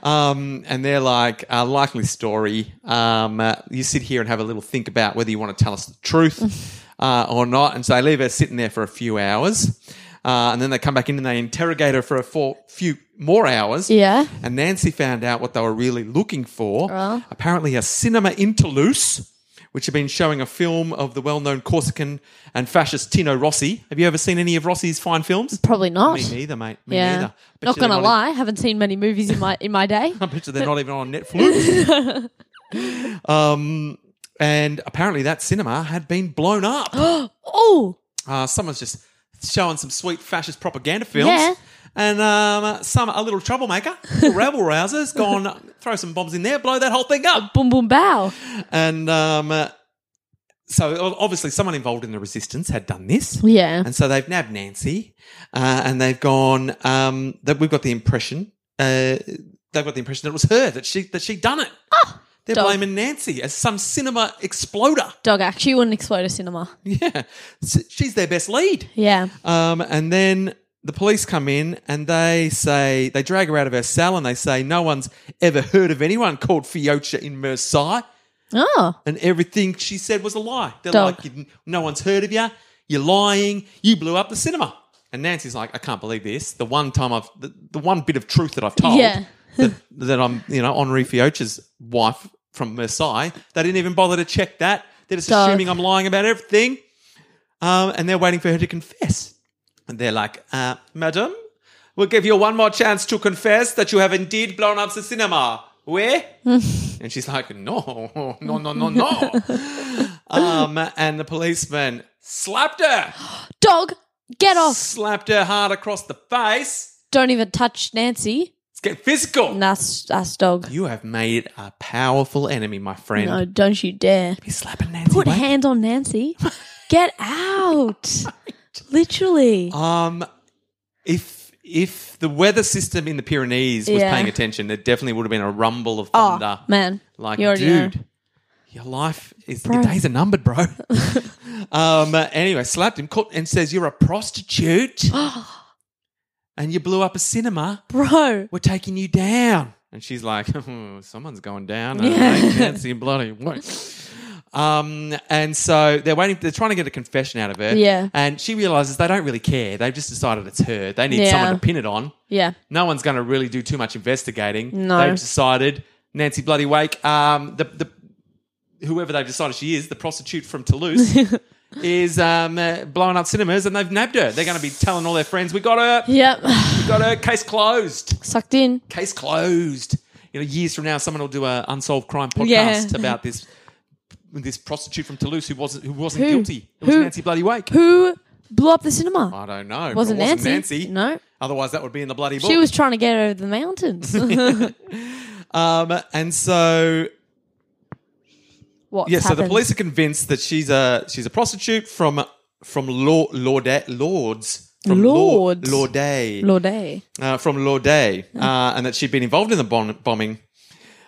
Speaker 1: Um, and they're like, a likely story. Um, uh, you sit here and have a little think about whether you want to tell us the
Speaker 2: (laughs)
Speaker 1: truth uh, or not. And so they leave her sitting there for a few hours. Uh, and then they come back in and they interrogate her for a fo- few more hours.
Speaker 2: Yeah.
Speaker 1: And Nancy found out what they were really looking for.
Speaker 2: Oh.
Speaker 1: Apparently, a cinema interluce, which had been showing a film of the well known Corsican and fascist Tino Rossi. Have you ever seen any of Rossi's fine films?
Speaker 2: Probably not.
Speaker 1: Me neither, mate. Me
Speaker 2: yeah.
Speaker 1: neither. Bet
Speaker 2: Not
Speaker 1: you they're
Speaker 2: gonna
Speaker 1: not (laughs)
Speaker 2: lie, haven't seen many movies in my in my day. (laughs)
Speaker 1: I bet you they're not even on Netflix. Um, and apparently that cinema had been blown up.
Speaker 2: (gasps) oh,
Speaker 1: Uh, someone's just showing some sweet fascist propaganda films.
Speaker 2: Yeah.
Speaker 1: And um, some a little troublemaker,
Speaker 2: (laughs)
Speaker 1: little rabble rousers, gone throw some bombs in there, blow that whole thing up.
Speaker 2: boom, boom, bow.
Speaker 1: And um, uh, so o- obviously someone involved in the resistance had done this.
Speaker 2: Yeah.
Speaker 1: And so they've nabbed Nancy, uh, and they've gone. Um, that we've got the impression uh, they've got the impression that it was her that she that she done it. They're
Speaker 2: dog.
Speaker 1: blaming Nancy as some cinema exploder. (laughs)
Speaker 2: Dog actually wouldn't explode a cinema.
Speaker 1: Yeah, S- she's their best lead.
Speaker 2: Yeah.
Speaker 1: Um, and then the police come in and they say they drag her out of her cell and they say no one's ever heard of anyone called Fiocha in Versailles,
Speaker 2: Oh,
Speaker 1: and everything she said was a lie. They're
Speaker 2: Dog.
Speaker 1: like, "You- no one's heard of you. You're lying. You blew up the cinema. And Nancy's like, I can't believe this. The one time I've the, the one bit of truth that I've told
Speaker 2: Yeah.
Speaker 1: that, that I'm you know Henri Fiocha's wife from Versailles. They didn't even bother to check that. They're just
Speaker 2: Dog.
Speaker 1: assuming I'm lying about everything. Um, and they're waiting for her to confess. And they're like, uh, Madam, we'll give you one more chance to confess that you have indeed blown up the cinema. Where? and she's like, No, no, no, no, no. um, and the policeman slapped her,
Speaker 2: dog, get off.
Speaker 1: slapped her hard across the face.
Speaker 2: Don't even touch Nancy.
Speaker 1: It's getting physical.
Speaker 2: That's, that's dog.
Speaker 1: You have made a powerful enemy, my friend.
Speaker 2: No, don't you dare.
Speaker 1: He's slapping Nancy.
Speaker 2: Put
Speaker 1: mate.
Speaker 2: hands
Speaker 1: (laughs)
Speaker 2: on Nancy. Get out. Literally.
Speaker 1: Um, if if the weather system in the Pyrenees was
Speaker 2: Yeah.
Speaker 1: paying attention, there definitely would have been a rumble of
Speaker 2: Oh,
Speaker 1: thunder.
Speaker 2: man.
Speaker 1: like,
Speaker 2: You already know.
Speaker 1: dude, your life is
Speaker 2: Bro.
Speaker 1: your days are numbered,
Speaker 2: (laughs)
Speaker 1: bro. um, uh, anyway, slapped him, caught, and says you're a
Speaker 2: (gasps)
Speaker 1: prostitute, and you blew up a cinema.
Speaker 2: Bro.
Speaker 1: We're taking you down. And she's like, (laughs) "Hmm, someone's going (laughs) down. Yeah.
Speaker 2: Yeah.
Speaker 1: Nancy bloody work. Um, and so they're waiting. They're trying to get a confession out of her.
Speaker 2: Yeah.
Speaker 1: And she realizes they don't really care. They've just decided it's her. They need
Speaker 2: Yeah.
Speaker 1: someone to pin it on.
Speaker 2: Yeah.
Speaker 1: No one's going to really do too much investigating.
Speaker 2: No.
Speaker 1: They've decided Nancy Bloody Wake, um, the, the whoever they've decided she is, the prostitute from (laughs) Toulouse, is um, uh, blowing up cinemas and they've nabbed her. They're going to be telling all their friends, "We got her,
Speaker 2: Yep. (sighs)
Speaker 1: we got her, case closed."
Speaker 2: Sucked in.
Speaker 1: case closed. You know, years from now, someone will do a unsolved crime
Speaker 2: Yeah.
Speaker 1: podcast about this this prostitute from Toulouse who wasn't who wasn't
Speaker 2: Who?
Speaker 1: guilty. It was
Speaker 2: Who?
Speaker 1: Nancy Bloody Wake.
Speaker 2: Who blew up the cinema?
Speaker 1: I don't know. but it
Speaker 2: wasn't,
Speaker 1: Ah, wasn't
Speaker 2: Nancy.
Speaker 1: Nancy.
Speaker 2: No.
Speaker 1: Otherwise, that would be in the bloody book.
Speaker 2: She was trying to get over
Speaker 1: (laughs)
Speaker 2: the mountains. (laughs)
Speaker 1: um, and so
Speaker 2: What's
Speaker 1: yeah, so
Speaker 2: happened?
Speaker 1: the police are convinced that she's a she's a prostitute from from Law Lorde, Lords. From
Speaker 2: Lords.
Speaker 1: Lorde, Lorde,
Speaker 2: Lorde.
Speaker 1: uh, from Lorde, uh, and that she'd been involved in the bon- bombing.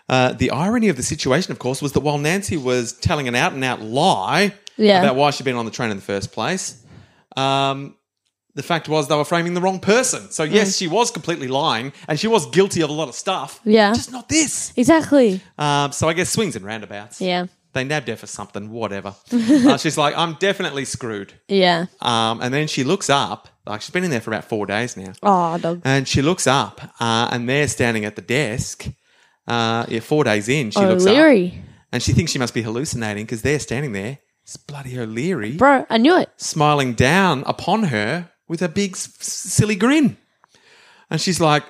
Speaker 1: Uh, the irony of the situation, of course, was that while Nancy was telling an out and out lie
Speaker 2: Yeah.
Speaker 1: about why she'd been on the train in the first place, um, the fact was they were framing the wrong person. So,
Speaker 2: Mm.
Speaker 1: yes, she was completely lying and she was guilty of a lot of stuff.
Speaker 2: Yeah.
Speaker 1: Just not this.
Speaker 2: Exactly.
Speaker 1: Um, so, I guess swings and roundabouts.
Speaker 2: Yeah.
Speaker 1: They nabbed her for something, whatever. (laughs) uh, she's like, I'm definitely screwed.
Speaker 2: Yeah.
Speaker 1: Um, and then she looks up, like, she's been in there for about four days now.
Speaker 2: Oh, dog.
Speaker 1: And she looks up, uh, and they're standing at the desk. Uh, yeah, four days in,
Speaker 2: Oh,
Speaker 1: she looks up,
Speaker 2: O'Leary.
Speaker 1: and she thinks she must be hallucinating because they're standing there. It's bloody O'Leary,
Speaker 2: Bro, I knew it.
Speaker 1: smiling down upon her with a big, s- silly grin, and she's like,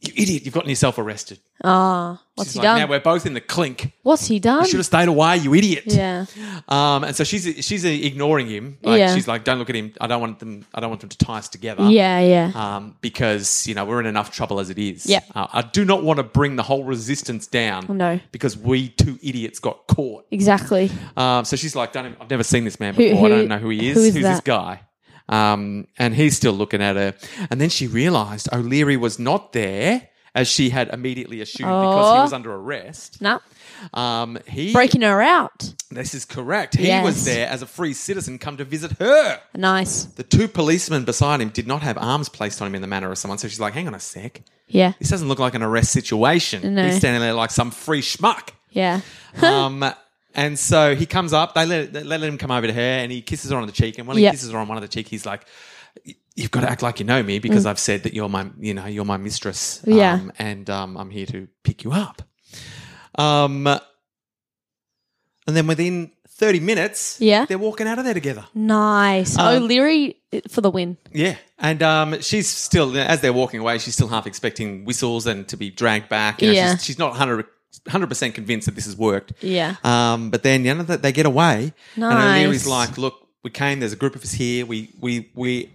Speaker 1: "You idiot! You've gotten yourself arrested."
Speaker 2: Ah, what's
Speaker 1: She's
Speaker 2: he
Speaker 1: like,
Speaker 2: done?
Speaker 1: Now we're both in the clink.
Speaker 2: what's he done?
Speaker 1: You should have stayed away, you idiot.
Speaker 2: Yeah.
Speaker 1: Um, and so she's she's ignoring him. Like,
Speaker 2: Yeah.
Speaker 1: She's like, "Don't look at him. I don't want them. I don't want them to tie us together."
Speaker 2: Yeah, yeah.
Speaker 1: um, because you know we're in enough trouble as it is.
Speaker 2: Yep.
Speaker 1: Uh, I do not want to bring the whole resistance down.
Speaker 2: Oh, No.
Speaker 1: because we two idiots got caught.
Speaker 2: exactly.
Speaker 1: Um, so she's like, don't, "I've never seen this man
Speaker 2: Who-
Speaker 1: before. I
Speaker 2: who-
Speaker 1: don't know who he is.
Speaker 2: who is
Speaker 1: Who's this
Speaker 2: that?"
Speaker 1: guy?" Um, and he's still looking at her. And then she realised O'Leary was not there. As she had immediately assumed because he
Speaker 2: Oh.
Speaker 1: was under arrest.
Speaker 2: Nah.
Speaker 1: Um, he,
Speaker 2: Breaking her out.
Speaker 1: this is correct. He
Speaker 2: Yes.
Speaker 1: was there as a free citizen come to visit her.
Speaker 2: Nice.
Speaker 1: The two policemen beside him did not have arms placed on him in the manner of someone. So she's like, hang on a sec.
Speaker 2: Yeah.
Speaker 1: This doesn't look like an arrest situation.
Speaker 2: No.
Speaker 1: He's standing there like some free
Speaker 2: (laughs)
Speaker 1: schmuck.
Speaker 2: Yeah.
Speaker 1: um, and so he comes up. They let, they let him come over to her, and he kisses her on the cheek. And when
Speaker 2: Yep.
Speaker 1: he kisses her on one of the cheek, he's like, "Y- "You've got to act like you know me because I've said that you're my, you know, you're my mistress.
Speaker 2: Mm. Yeah.
Speaker 1: um, and um, I'm here to pick you up." Um, and then within thirty minutes,
Speaker 2: Yeah.
Speaker 1: they're walking out of there together.
Speaker 2: Nice. O'Leary for the win.
Speaker 1: Yeah, and um, she's still as they're walking away, she's still half expecting whistles and to be dragged back. You know,
Speaker 2: Yeah.
Speaker 1: she's, she's not hundred 100% convinced that this has worked.
Speaker 2: Yeah.
Speaker 1: Um, but then you know that they get away, and O'Leary's
Speaker 2: Nice.
Speaker 1: like, "Look, we came. There's a group of us here. We we we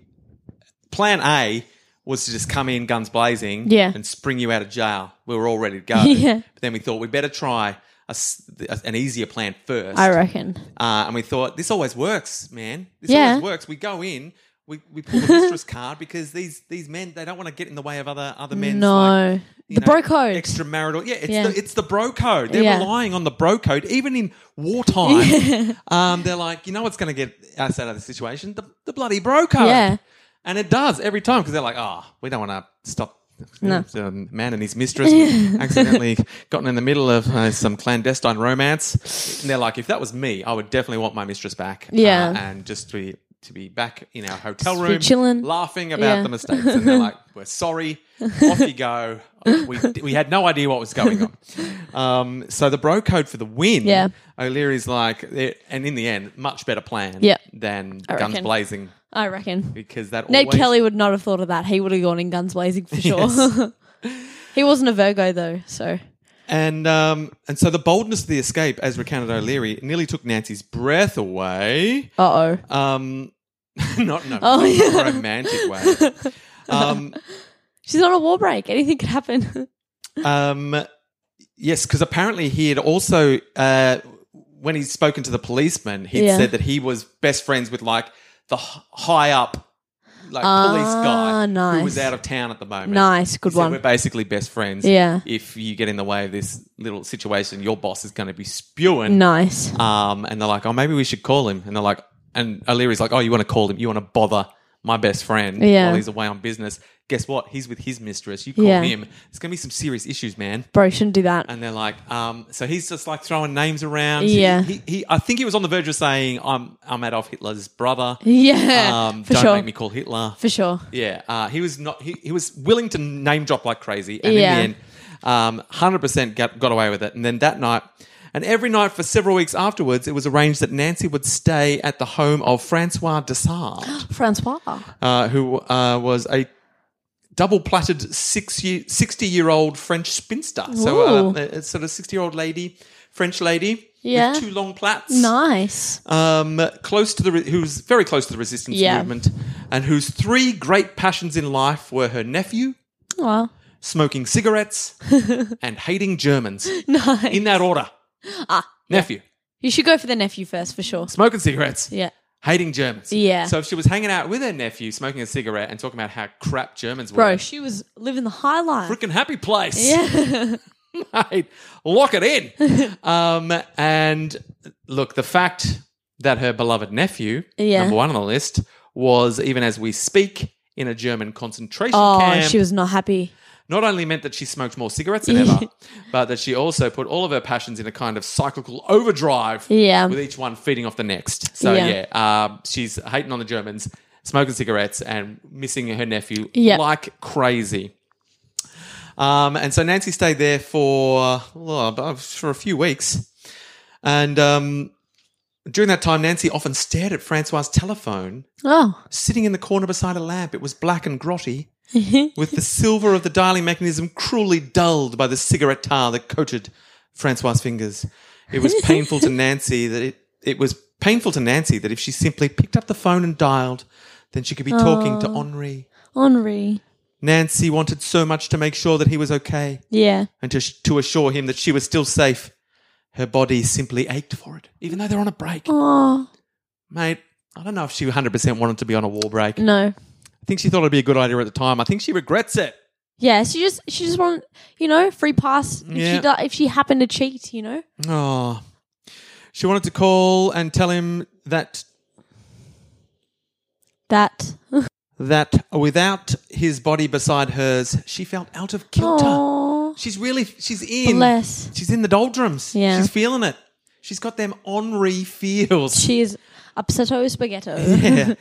Speaker 1: plan A was to just come in guns blazing,
Speaker 2: Yeah.
Speaker 1: and spring you out of jail. We were all ready to go.
Speaker 2: (laughs) Yeah.
Speaker 1: But then we thought we'd better try." A, s- a- an easier plan first,
Speaker 2: I reckon.
Speaker 1: uh, and we thought this always works, man. This
Speaker 2: Yeah.
Speaker 1: always works. We go in, we, we pull the mistress (laughs) card because these these men they don't want to get in the way of other other men's like,
Speaker 2: No.
Speaker 1: you
Speaker 2: the
Speaker 1: know,
Speaker 2: bro code.
Speaker 1: extramarital. Yeah, it's
Speaker 2: Yeah.
Speaker 1: the it's the bro code. They're
Speaker 2: Yeah.
Speaker 1: relying on the bro code even in
Speaker 2: (laughs)
Speaker 1: wartime. um, they're like, you know what's going to get us out of the situation? The, the bloody bro code.
Speaker 2: Yeah.
Speaker 1: and it does every time because they're like, oh, we don't want to stop.
Speaker 2: No.
Speaker 1: Um, man and his mistress
Speaker 2: (laughs)
Speaker 1: accidentally gotten in the middle of uh, some clandestine romance. And they're like, if that was me, I would definitely want my mistress back. uh,
Speaker 2: Yeah.
Speaker 1: and just to be, to be back in our hotel
Speaker 2: Just be
Speaker 1: room,
Speaker 2: chilling.
Speaker 1: laughing about
Speaker 2: Yeah.
Speaker 1: the mistakes. And they're
Speaker 2: (laughs)
Speaker 1: like, we're sorry. Off you go. We, we had no idea what was going on. Um, so the bro code for the win,
Speaker 2: Yeah.
Speaker 1: O'Leary's like, and in the end, much better plan
Speaker 2: Yeah.
Speaker 1: than
Speaker 2: I
Speaker 1: guns
Speaker 2: reckon.
Speaker 1: blazing
Speaker 2: I reckon.
Speaker 1: because that
Speaker 2: Ned
Speaker 1: always
Speaker 2: Kelly would not have thought of that. He would have gone in guns blazing for sure.
Speaker 1: Yes.
Speaker 2: (laughs) he wasn't a Virgo though, so
Speaker 1: And um, and so the boldness of the escape, as recounted O'Leary, nearly took Nancy's breath away.
Speaker 2: uh oh.
Speaker 1: Um, (laughs) not in a
Speaker 2: Oh, yeah.
Speaker 1: romantic way.
Speaker 2: (laughs)
Speaker 1: Um,
Speaker 2: She's on a war break. Anything could happen.
Speaker 1: um, yes, because apparently he had also, uh, when he's spoken to the policeman, he'd
Speaker 2: Yeah.
Speaker 1: said that he was best friends with like the h- high up, like police
Speaker 2: Ah,
Speaker 1: guy who was
Speaker 2: nice.
Speaker 1: out of town at the moment.
Speaker 2: (laughs) nice, good
Speaker 1: So
Speaker 2: one.
Speaker 1: We're basically best friends.
Speaker 2: Yeah.
Speaker 1: If you get in the way of this little situation, your boss is going to be spewing.
Speaker 2: Nice.
Speaker 1: Um, and they're like, oh, maybe we should call him. And they're like, and O'Leary's like, oh, you want to call him? You want to bother my best friend
Speaker 2: Yeah.
Speaker 1: while he's away on business? Guess what? He's with his mistress. You call
Speaker 2: Yeah.
Speaker 1: him. It's going to be some serious issues, man.
Speaker 2: Bro, shouldn't do that.
Speaker 1: And they're like, um, so he's just like throwing names around.
Speaker 2: Yeah.
Speaker 1: He, he, he- I think he was on the verge of saying, I'm, I'm Adolf Hitler's brother.
Speaker 2: Yeah.
Speaker 1: Um,
Speaker 2: for
Speaker 1: don't
Speaker 2: sure.
Speaker 1: make me call Hitler.
Speaker 2: for sure.
Speaker 1: Yeah, uh, he was not. He, he was willing to name drop like crazy, and
Speaker 2: Yeah.
Speaker 1: in the end, um, hundred percent got, got away with it. And then that night, and every night for several weeks afterwards, it was arranged that Nancy would stay at the home of Francois
Speaker 2: (gasps)
Speaker 1: Dessart,
Speaker 2: Francois.
Speaker 1: uh, who uh, was a double-platted sixty-year-old French spinster. So uh,
Speaker 2: Ooh.
Speaker 1: a, a sort of sixty-year-old lady, French lady.
Speaker 2: Yeah.
Speaker 1: With two long plaits
Speaker 2: Nice.
Speaker 1: um, close to the re- who's very close to the resistance
Speaker 2: Yeah.
Speaker 1: movement, and whose three great passions in life were her nephew,
Speaker 2: Well, (laughs)
Speaker 1: smoking cigarettes, and hating Germans.
Speaker 2: nice.
Speaker 1: In that order,
Speaker 2: (laughs) Ah,
Speaker 1: nephew,
Speaker 2: you should go for the nephew first for sure.
Speaker 1: smoking cigarettes,
Speaker 2: Yeah.
Speaker 1: hating Germans.
Speaker 2: Yeah.
Speaker 1: So if she was hanging out with her nephew, smoking a cigarette, and talking about how crap Germans
Speaker 2: Bro,
Speaker 1: were,
Speaker 2: she was living the high life.
Speaker 1: freaking happy place.
Speaker 2: yeah.
Speaker 1: mate, lock it
Speaker 2: (laughs)
Speaker 1: in. um, and look, the fact that her beloved nephew,
Speaker 2: Yeah.
Speaker 1: number one on the list, was even as we speak in a German concentration
Speaker 2: (laughs) oh,
Speaker 1: camp,
Speaker 2: she was not happy.
Speaker 1: not only meant that she smoked more cigarettes than
Speaker 2: (laughs)
Speaker 1: ever, but that she also put all of her passions in a kind of cyclical overdrive.
Speaker 2: Yeah.
Speaker 1: with each one feeding off the next. So yeah,
Speaker 2: Yeah.
Speaker 1: um, she's hating on the Germans, smoking cigarettes, and missing her nephew
Speaker 2: Yeah.
Speaker 1: like crazy. Um, and so Nancy stayed there for well, about- for a few weeks, and um, during that time, Nancy often stared at Francois's telephone
Speaker 2: Oh.
Speaker 1: sitting in the corner beside a lamp. It was black and grotty, with the silver of the dialing mechanism cruelly dulled by the cigarette tar that coated Francois' fingers. It was painful to Nancy that it, it was painful to Nancy that if she simply picked up the phone and dialed, then she could be talking to Henri.
Speaker 2: Henri.
Speaker 1: Nancy wanted so much to make sure that he was okay
Speaker 2: Yeah.
Speaker 1: and to, to assure him that she was still safe. Her body simply ached for it, even though they're on a break.
Speaker 2: Oh.
Speaker 1: Mate, I don't know if she 100% wanted to be on a war break.
Speaker 2: No.
Speaker 1: I think she thought it'd be a good idea at the time. I think she regrets it.
Speaker 2: Yeah, she just she just want you know free pass if
Speaker 1: Yeah.
Speaker 2: she do, if she happened to cheat, you know.
Speaker 1: Oh. She wanted to call and tell him that
Speaker 2: That
Speaker 1: that without his body beside hers, she felt out of kilter.
Speaker 2: oh
Speaker 1: She's really she's in
Speaker 2: bless.
Speaker 1: she's in the doldrums.
Speaker 2: Yeah.
Speaker 1: She's feeling it. She's got them Henri feels.
Speaker 2: She is upsetto
Speaker 1: (laughs)
Speaker 2: spaghetto.
Speaker 1: yeah.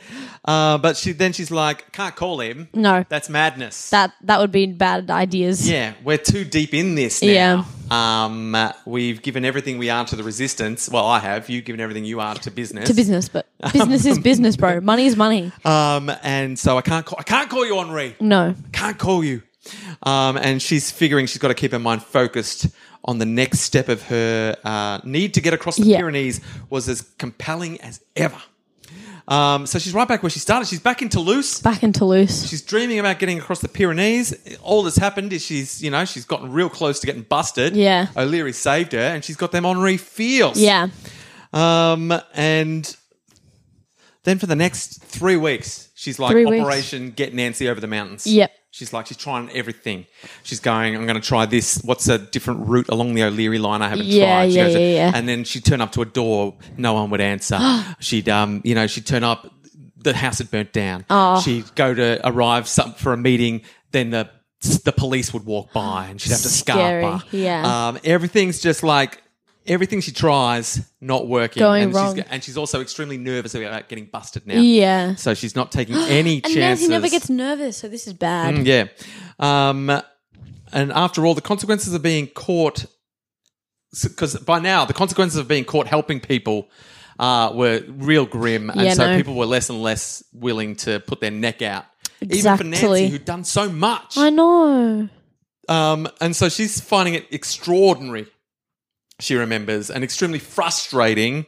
Speaker 1: Uh, but she then she's like, can't call him.
Speaker 2: No.
Speaker 1: That's madness.
Speaker 2: That that would be bad ideas.
Speaker 1: Yeah, we're too deep in this now.
Speaker 2: Yeah.
Speaker 1: Um, uh, we've given everything we are to the resistance. Well, I have. You've given everything you are to business.
Speaker 2: To business,
Speaker 1: (laughs)
Speaker 2: but business is business, bro. Money is money.
Speaker 1: Um, and so I can't call. I can't call you Henri.
Speaker 2: No.
Speaker 1: Can't call you. Um, and she's figuring she's got to keep her mind focused on the next step of her uh, need to get across the
Speaker 2: Yeah.
Speaker 1: Pyrenees was as compelling as ever. Um, so she's right back where she started. She's back in Toulouse.
Speaker 2: Back in Toulouse.
Speaker 1: She's dreaming about getting across the Pyrenees. All that's happened is she's, you know, she's gotten real close to getting busted.
Speaker 2: Yeah.
Speaker 1: O'Leary saved her, and she's got them honorary feels.
Speaker 2: Yeah.
Speaker 1: Um, and then for the next three weeks, she's like
Speaker 2: Three weeks.
Speaker 1: Operation Get Nancy Over the Mountains.
Speaker 2: Yep.
Speaker 1: She's like, she's trying everything. She's going, I'm going to try this. What's a different route along the O'Leary line I haven't
Speaker 2: Yeah,
Speaker 1: tried? She
Speaker 2: yeah,
Speaker 1: goes,
Speaker 2: yeah, yeah.
Speaker 1: And then she'd turn up to a door, no one would
Speaker 2: (gasps)
Speaker 1: answer. she'd, um, you know, she'd turn up, the house had burnt down.
Speaker 2: Oh.
Speaker 1: She'd go to arrive some, for a meeting, then the the police would walk by and she'd have to
Speaker 2: Scary,
Speaker 1: scarper.
Speaker 2: yeah.
Speaker 1: Um, everything's just like, everything she tries, not working.
Speaker 2: Going
Speaker 1: and
Speaker 2: wrong.
Speaker 1: She's, and she's also extremely nervous about getting busted now.
Speaker 2: Yeah.
Speaker 1: So she's not
Speaker 2: (gasps)
Speaker 1: taking any
Speaker 2: And
Speaker 1: chances. Mm.
Speaker 2: Nancy never gets nervous, so this is bad.
Speaker 1: Yeah. Um, and after all, the consequences of being caught, because by now, the consequences of being caught helping people uh, were real grim. And
Speaker 2: Yeah,
Speaker 1: so
Speaker 2: no.
Speaker 1: people were less and less willing to put their neck out. Even for Nancy,
Speaker 2: Exactly.
Speaker 1: who'd done so much.
Speaker 2: I know.
Speaker 1: Um, and so she's finding it extraordinary, she remembers, and extremely frustrating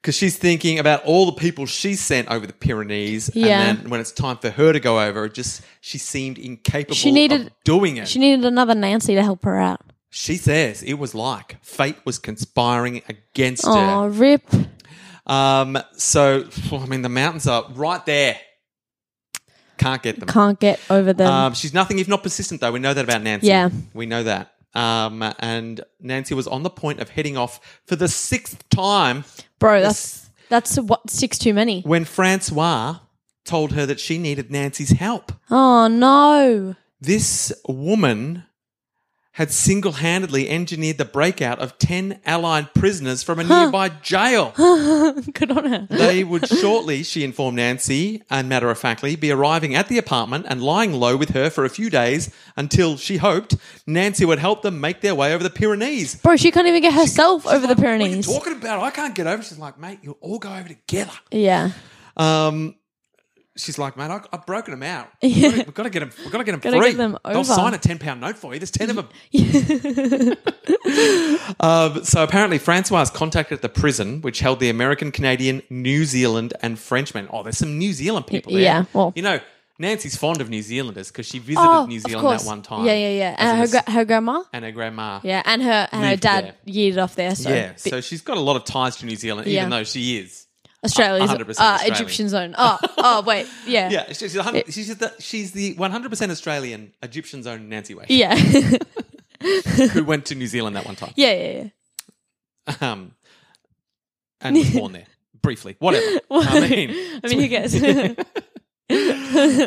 Speaker 1: because she's thinking about all the people she sent over the Pyrenees.
Speaker 2: Yeah.
Speaker 1: And then when it's time for her to go over, it just she seemed incapable
Speaker 2: She needed-
Speaker 1: of doing it.
Speaker 2: She needed another Nancy to help her out.
Speaker 1: she says it was like fate was conspiring against
Speaker 2: Oh, rip.
Speaker 1: her. Um, so, I mean, the mountains are right there. Can't get them.
Speaker 2: Can't get over them.
Speaker 1: Um, she's nothing if not persistent, though. We know that about Nancy.
Speaker 2: Yeah.
Speaker 1: We know that. Um, and Nancy was on the point of heading off for the sixth time
Speaker 2: Bro, that's that's what six too many.
Speaker 1: when Francois told her that she needed Nancy's help.
Speaker 2: Oh no.
Speaker 1: This woman had single handedly engineered the breakout of 10 Allied prisoners from a nearby jail.
Speaker 2: (laughs) Good on her.
Speaker 1: They would shortly, she informed Nancy, and matter of factly, be arriving at the apartment and lying low with her for a few days until she hoped Nancy would help them make their way over the Pyrenees.
Speaker 2: Bro, she can't even get herself over the
Speaker 1: What are you
Speaker 2: Pyrenees.
Speaker 1: talking about? I can't get over. She's like, mate, you'll all go over together.
Speaker 2: Yeah.
Speaker 1: Um, she's like, mate, I, I've broken them
Speaker 2: (laughs)
Speaker 1: out.
Speaker 2: Yeah.
Speaker 1: We've got to get them. We've got to get them
Speaker 2: Gotta
Speaker 1: free.
Speaker 2: get them
Speaker 1: They'll
Speaker 2: over.
Speaker 1: sign a ten pound note for you. There's ten of them. um, so apparently, Francois contacted the prison, which held the American, Canadian, New Zealand, and Frenchman. Oh, there's some New Zealand people. There.
Speaker 2: Yeah, well-
Speaker 1: you know. Nancy's fond of New Zealanders because she visited
Speaker 2: (laughs) Oh,
Speaker 1: New
Speaker 2: of
Speaker 1: Zealand
Speaker 2: course.
Speaker 1: that one time.
Speaker 2: Yeah, yeah, yeah.
Speaker 1: as
Speaker 2: And her,
Speaker 1: an
Speaker 2: gra- her grandma.
Speaker 1: and her grandma.
Speaker 2: Yeah, and her and her
Speaker 1: Lived
Speaker 2: dad
Speaker 1: there.
Speaker 2: yeeted off there. So,
Speaker 1: yeah.
Speaker 2: Bi-
Speaker 1: So she's got a lot of ties to New Zealand,
Speaker 2: Yeah.
Speaker 1: even though she is
Speaker 2: Australia's
Speaker 1: 100%
Speaker 2: uh,
Speaker 1: Australian.
Speaker 2: Egyptian zone. Oh, oh, wait,
Speaker 1: (laughs)
Speaker 2: yeah,
Speaker 1: Yeah, she's, she's, a hun- she's, the, she's the 100% Australian Egyptian's own Nancy Way,
Speaker 2: yeah, (laughs) yeah,
Speaker 1: who went to New Zealand that one time
Speaker 2: yeah, yeah.
Speaker 1: um, and was born there briefly.
Speaker 2: (laughs)
Speaker 1: Whatever. I mean,
Speaker 2: I mean, who
Speaker 1: (laughs)
Speaker 2: cares?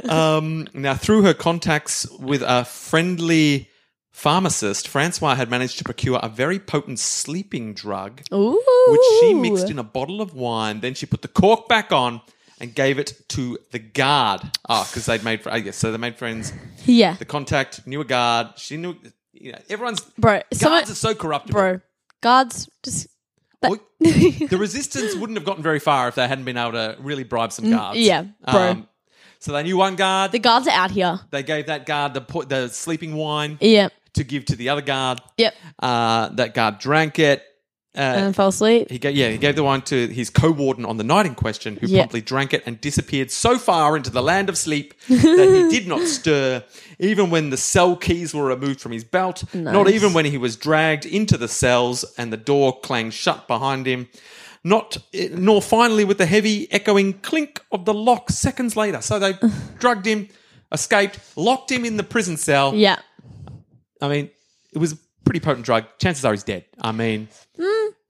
Speaker 1: um, now, through her contacts with a friendly pharmacist, Francois had managed to procure a very potent sleeping drug,
Speaker 2: Ooh,
Speaker 1: which she mixed in a bottle of wine. Then she put the cork back on and gave it to the guard. Ah, because they'd made, fr- I guess, so they made friends.
Speaker 2: Yeah,
Speaker 1: The contact knew a guard. She knew. You know, everyone's
Speaker 2: bro. Someone,
Speaker 1: guards are so corruptible.
Speaker 2: bro, guards just (laughs)
Speaker 1: Well, the resistance wouldn't have gotten very far if they hadn't been able to really bribe some guards.
Speaker 2: Mm,
Speaker 1: Um,
Speaker 2: yeah, bro.
Speaker 1: so they knew one guard.
Speaker 2: the guards are out here.
Speaker 1: they gave that guard the po- the sleeping wine
Speaker 2: Yep,
Speaker 1: to give to the other guard.
Speaker 2: yep,
Speaker 1: Uh, that guard drank it. Uh,
Speaker 2: and then fell asleep.
Speaker 1: he gave, yeah, he gave the wine to his co-warden on the night in question, who
Speaker 2: Yeah.
Speaker 1: promptly drank it and disappeared so far into the land of
Speaker 2: (laughs)
Speaker 1: sleep that he did not stir, even when the cell keys were removed from his belt, not
Speaker 2: Nice.
Speaker 1: even when he was dragged into the cells and the door clanged shut behind him, not eh, nor finally with the heavy echoing clink of the lock seconds later. So
Speaker 2: (laughs)
Speaker 1: they drugged him, escaped, locked him in the prison cell.
Speaker 2: Yeah, (laughs)
Speaker 1: I mean, it was a pretty potent drug. Chances are he's dead. I mean,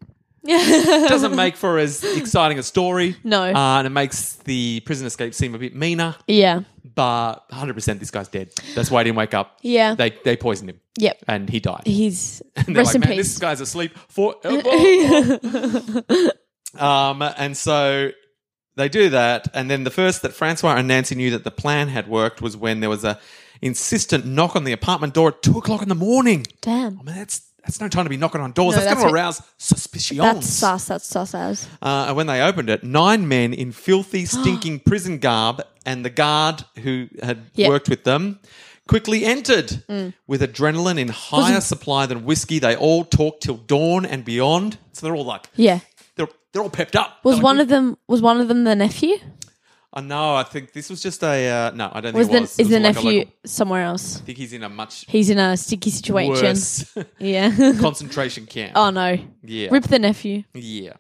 Speaker 2: (laughs)
Speaker 1: doesn't make for as exciting a story.
Speaker 2: No.
Speaker 1: Uh, and it makes the prison escape seem a bit meaner,
Speaker 2: yeah,
Speaker 1: but 100% this guy's dead. That's why he didn't wake up.
Speaker 2: Yeah.
Speaker 1: They, they poisoned him
Speaker 2: yep.
Speaker 1: and he died.
Speaker 2: He's
Speaker 1: And (laughs) they're
Speaker 2: rest
Speaker 1: like,
Speaker 2: in
Speaker 1: man,
Speaker 2: peace.
Speaker 1: this guy's asleep
Speaker 2: (laughs)
Speaker 1: forever. um, and so they do that. And then the first that Francois and Nancy knew that the plan had worked was when there was a insistent knock on the apartment door at two o'clock in the morning.
Speaker 2: Damn,
Speaker 1: I mean, that's that's no time to be knocking on doors.
Speaker 2: No,
Speaker 1: that's, going to
Speaker 2: that's what-
Speaker 1: arouse suspicion.
Speaker 2: that's uh, sus. That's sus as.
Speaker 1: Uh, and when they opened it, nine men in
Speaker 2: (gasps)
Speaker 1: filthy, stinking prison garb and the guard who had
Speaker 2: Yeah. Mm.
Speaker 1: worked with them quickly entered. With adrenaline in higher supply than whiskey, they all talk till dawn and beyond. So they're all like,
Speaker 2: Yeah.
Speaker 1: they're, they're all pepped up.
Speaker 2: Was
Speaker 1: They're like,
Speaker 2: one of them was one of them the nephew?
Speaker 1: I know. I think this was just a uh, no. I don't think
Speaker 2: Was
Speaker 1: it
Speaker 2: the
Speaker 1: was.
Speaker 2: is
Speaker 1: It was
Speaker 2: the
Speaker 1: like a
Speaker 2: nephew
Speaker 1: local-
Speaker 2: somewhere else?
Speaker 1: I think he's in a much
Speaker 2: He's in a sticky situation.
Speaker 1: worse (laughs)
Speaker 2: Yeah. (laughs)
Speaker 1: concentration camp.
Speaker 2: oh no.
Speaker 1: yeah,
Speaker 2: Rip the nephew.
Speaker 1: yeah.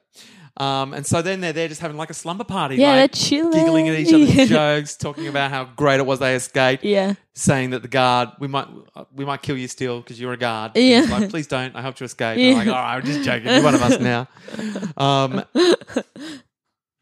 Speaker 1: Um, and so then they're there just having like a slumber party.
Speaker 2: Yeah,
Speaker 1: like,
Speaker 2: they're chilling.
Speaker 1: giggling at each
Speaker 2: (laughs)
Speaker 1: other's jokes, talking about how great it was they escaped.
Speaker 2: Yeah.
Speaker 1: saying that the guard we might we might kill you still because you're a guard. And
Speaker 2: Yeah.
Speaker 1: he's like, please don't. I helped you escape.
Speaker 2: Yeah.
Speaker 1: And I'm like, all right, I'm just joking. You're one of us now. Um,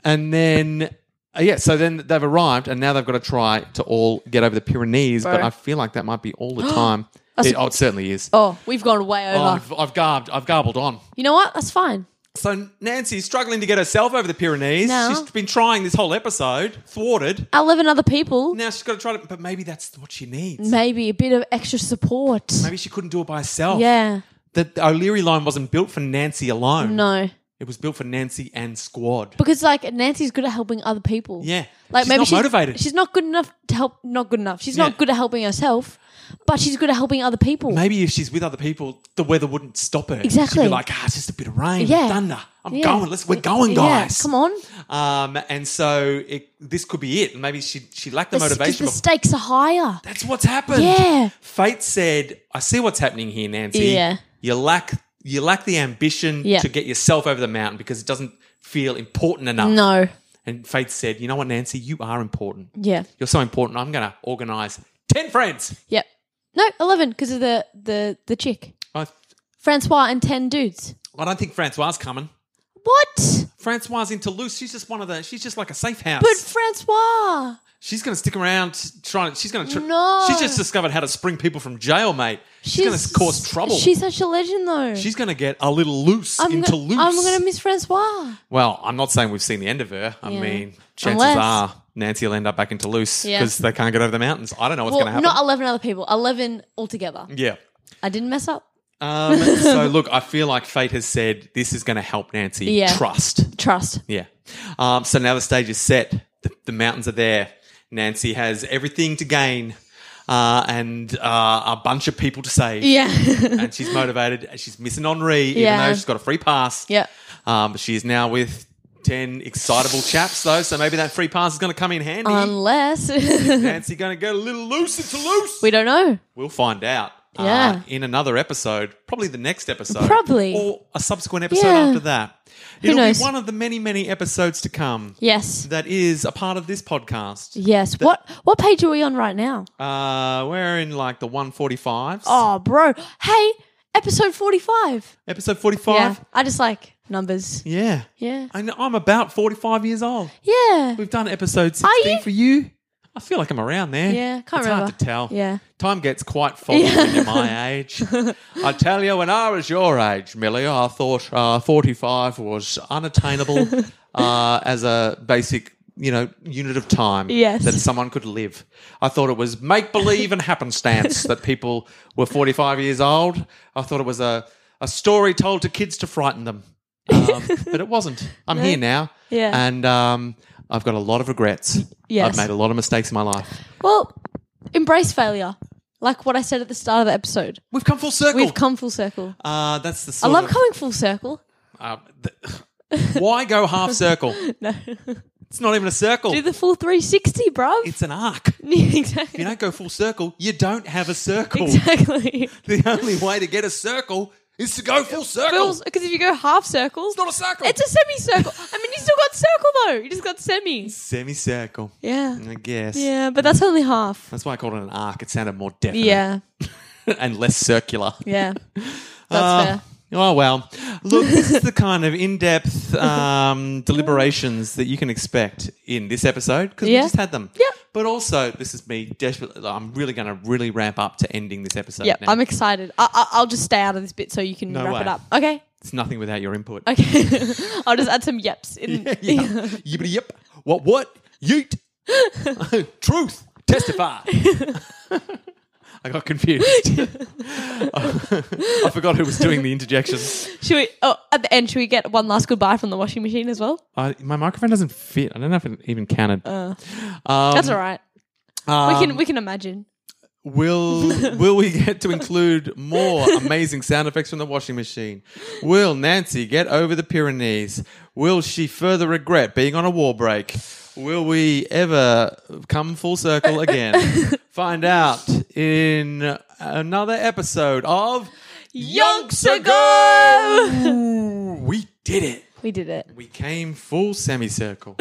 Speaker 1: and then. uh, Yeah, so then they've arrived, and now they've got to try to all get over the Pyrenees. But
Speaker 2: Bro.
Speaker 1: I feel like that might be all
Speaker 2: (gasps)
Speaker 1: the time.
Speaker 2: That's-
Speaker 1: it, oh, it certainly is.
Speaker 2: Oh, we've gone way
Speaker 1: Oh,
Speaker 2: over.
Speaker 1: I've, I've garbed. I've garbled on.
Speaker 2: you know what? That's fine.
Speaker 1: So Nancy's struggling to get herself over the Pyrenees.
Speaker 2: No.
Speaker 1: She's been trying this whole episode, thwarted.
Speaker 2: Eleven other people.
Speaker 1: Now she's got to try to, but maybe that's what she needs.
Speaker 2: Maybe a bit of extra support.
Speaker 1: Maybe she couldn't do it by herself.
Speaker 2: Yeah.
Speaker 1: The the O'Leary line wasn't built for Nancy alone.
Speaker 2: No.
Speaker 1: It was built for Nancy and squad.
Speaker 2: Because like Nancy's good at helping other people.
Speaker 1: Yeah.
Speaker 2: Like
Speaker 1: she's
Speaker 2: maybe
Speaker 1: not
Speaker 2: she's
Speaker 1: motivated.
Speaker 2: She's not good enough to help. Not good enough. She's
Speaker 1: Yeah.
Speaker 2: not good at helping herself, but she's good at helping other people.
Speaker 1: maybe if she's with other people, the weather wouldn't stop her. She'd
Speaker 2: Exactly.
Speaker 1: be like, ah, it's just a bit of rain,
Speaker 2: Yeah.
Speaker 1: thunder. I'm
Speaker 2: Yeah.
Speaker 1: going. Let's we're going,
Speaker 2: Yeah,
Speaker 1: guys.
Speaker 2: come on.
Speaker 1: Um, and so it, this could be it. Maybe she she lacked the,
Speaker 2: The, s- 'cause
Speaker 1: motivation.
Speaker 2: the
Speaker 1: before.
Speaker 2: stakes are higher.
Speaker 1: That's what's happened.
Speaker 2: Yeah.
Speaker 1: Fate said, I see what's happening here, Nancy.
Speaker 2: Yeah.
Speaker 1: You lack you lack the ambition
Speaker 2: Yeah.
Speaker 1: to get yourself over the mountain because it doesn't feel important enough.
Speaker 2: No.
Speaker 1: And Faith said, You know what, Nancy? You are important.
Speaker 2: Yeah.
Speaker 1: You're so important. I'm going to organize 10 friends.
Speaker 2: Yep. No, eleven because of the the the chick
Speaker 1: I,
Speaker 2: Francois and ten dudes.
Speaker 1: I don't think Francois's coming.
Speaker 2: What?
Speaker 1: Francois's in Toulouse. She's just one of the, she's just like a safe house.
Speaker 2: But Francois.
Speaker 1: she's going to stick around trying, she's going to, tr-
Speaker 2: No.
Speaker 1: she's just discovered how to spring people from jail, mate. She's, going to cause trouble.
Speaker 2: She's such a legend, though.
Speaker 1: She's going to get a little loose
Speaker 2: I'm
Speaker 1: in
Speaker 2: gonna,
Speaker 1: Toulouse.
Speaker 2: I'm gonna miss Francois.
Speaker 1: well, I'm not saying we've seen the end of her. I
Speaker 2: Yeah.
Speaker 1: mean, chances
Speaker 2: Unless-
Speaker 1: are Nancy will end up back in Toulouse
Speaker 2: Yeah.
Speaker 1: because they can't get over the mountains. I don't know what's
Speaker 2: well,
Speaker 1: going to happen.
Speaker 2: not eleven other people. Eleven altogether.
Speaker 1: yeah.
Speaker 2: I didn't mess up.
Speaker 1: Um, so look, I feel like fate has said this is going to help Nancy.
Speaker 2: Yeah.
Speaker 1: Trust.
Speaker 2: Trust.
Speaker 1: Yeah. Um, so now the stage is set. The, the mountains are there. Nancy has everything to gain uh, and uh, a bunch of people to save.
Speaker 2: Yeah. (laughs)
Speaker 1: And she's motivated. She's missing Henri, even
Speaker 2: Yeah.
Speaker 1: though she's got a free pass.
Speaker 2: yeah.
Speaker 1: Um, but she is now with 10 excitable chaps, though. So maybe that free pass is going to come in handy. (laughs)
Speaker 2: Um, Unless
Speaker 1: Nancy going to get a little loose in Toulouse.
Speaker 2: we don't know.
Speaker 1: We'll find out. uh,
Speaker 2: Yeah.
Speaker 1: in another episode, probably the next episode.
Speaker 2: Probably.
Speaker 1: Or a subsequent episode
Speaker 2: Yeah.
Speaker 1: after that. It'll
Speaker 2: knows?
Speaker 1: be one of the many, many episodes to come
Speaker 2: Yes.
Speaker 1: that is a part of this podcast.
Speaker 2: Yes. What what page are we on right now?
Speaker 1: Uh, we're in like the 145s.
Speaker 2: Oh, bro. Hey, episode 45.
Speaker 1: Episode
Speaker 2: Yeah.
Speaker 1: 45.
Speaker 2: I just like numbers.
Speaker 1: Yeah.
Speaker 2: Yeah.
Speaker 1: And I'm about 45 years old.
Speaker 2: Yeah.
Speaker 1: We've done episode
Speaker 2: Are
Speaker 1: 16
Speaker 2: you?
Speaker 1: for you. I feel like I'm around there.
Speaker 2: Yeah, can't
Speaker 1: it's
Speaker 2: remember.
Speaker 1: hard to tell.
Speaker 2: Yeah.
Speaker 1: Time gets quite foggy
Speaker 2: Yeah.
Speaker 1: when you're
Speaker 2: (laughs)
Speaker 1: my age. I tell you, when I was your age, Millie, I thought uh, 45 was
Speaker 2: (laughs)
Speaker 1: unattainable uh, as a basic, you know, unit of time
Speaker 2: Yes.
Speaker 1: that someone could live. I thought it was make believe and happenstance that people were 45 years old. I thought it was a, a story told to kids to frighten them. Um,
Speaker 2: (laughs)
Speaker 1: but it wasn't. I'm here now.
Speaker 2: Yeah.
Speaker 1: And um, I've got a lot of regrets.
Speaker 2: yes.
Speaker 1: I've made a lot of mistakes in my life.
Speaker 2: Well, embrace failure. Like what I said at the start of the episode.
Speaker 1: We've come full circle.
Speaker 2: We've come full circle.
Speaker 1: Uh, that's the
Speaker 2: I
Speaker 1: sort
Speaker 2: love
Speaker 1: of,
Speaker 2: coming
Speaker 1: (laughs)
Speaker 2: full circle.
Speaker 1: uh, th- why go
Speaker 2: (laughs)
Speaker 1: half circle?
Speaker 2: No.
Speaker 1: It's not even a circle.
Speaker 2: Do the full 360, bruv.
Speaker 1: it's an arc. If
Speaker 2: (laughs) exactly.
Speaker 1: you don't go full circle, you don't have a circle.
Speaker 2: exactly.
Speaker 1: (laughs) The only way to get a circle is to go full circle.
Speaker 2: Because if you go half circle,
Speaker 1: it's not a circle.
Speaker 2: it's a semicircle. I mean, you still got circle though. You just got semi.
Speaker 1: semicircle.
Speaker 2: Yeah.
Speaker 1: I guess.
Speaker 2: Yeah, but that's only half.
Speaker 1: That's why I called it an arc. It sounded more definite
Speaker 2: Yeah.
Speaker 1: (laughs) and less circular. (laughs)
Speaker 2: Yeah. That's fair.
Speaker 1: Oh well, look, this
Speaker 2: (laughs)
Speaker 1: is the kind of in-depth um, deliberations that you can expect in this episode because
Speaker 2: Yeah.
Speaker 1: we just had them.
Speaker 2: Yep.
Speaker 1: But also, this is me desperately. I'm really going to really ramp up to ending this episode.
Speaker 2: Yeah,
Speaker 1: now.
Speaker 2: I'm excited. I, I, I'll just stay out of this bit so you can
Speaker 1: No
Speaker 2: wrap
Speaker 1: way.
Speaker 2: it up. Okay.
Speaker 1: it's nothing without your input.
Speaker 2: Okay. (laughs) I'll just add some yeps
Speaker 1: (laughs)
Speaker 2: in. (laughs)
Speaker 1: yeah. Yippity yip. What? What? Yeet. Truth.
Speaker 2: (laughs)
Speaker 1: Testify. (laughs) I got confused. (laughs) I forgot who was doing the interjections.
Speaker 2: Should we? Oh, at the end, should we get one last goodbye from the washing machine as well?
Speaker 1: I, Uh, my microphone doesn't fit. I don't know if it even counted.
Speaker 2: Uh,
Speaker 1: Um,
Speaker 2: that's all right.
Speaker 1: um,
Speaker 2: we can we can imagine.
Speaker 1: Will will we get to include more amazing sound effects from the washing machine? Will Nancy get over the Pyrenees? Will she further regret being on a war break? Will we ever come full circle again? Find out in another episode of
Speaker 2: Yonks
Speaker 1: Ago! We did it.
Speaker 2: We did it. (laughs)
Speaker 1: We came full semicircle.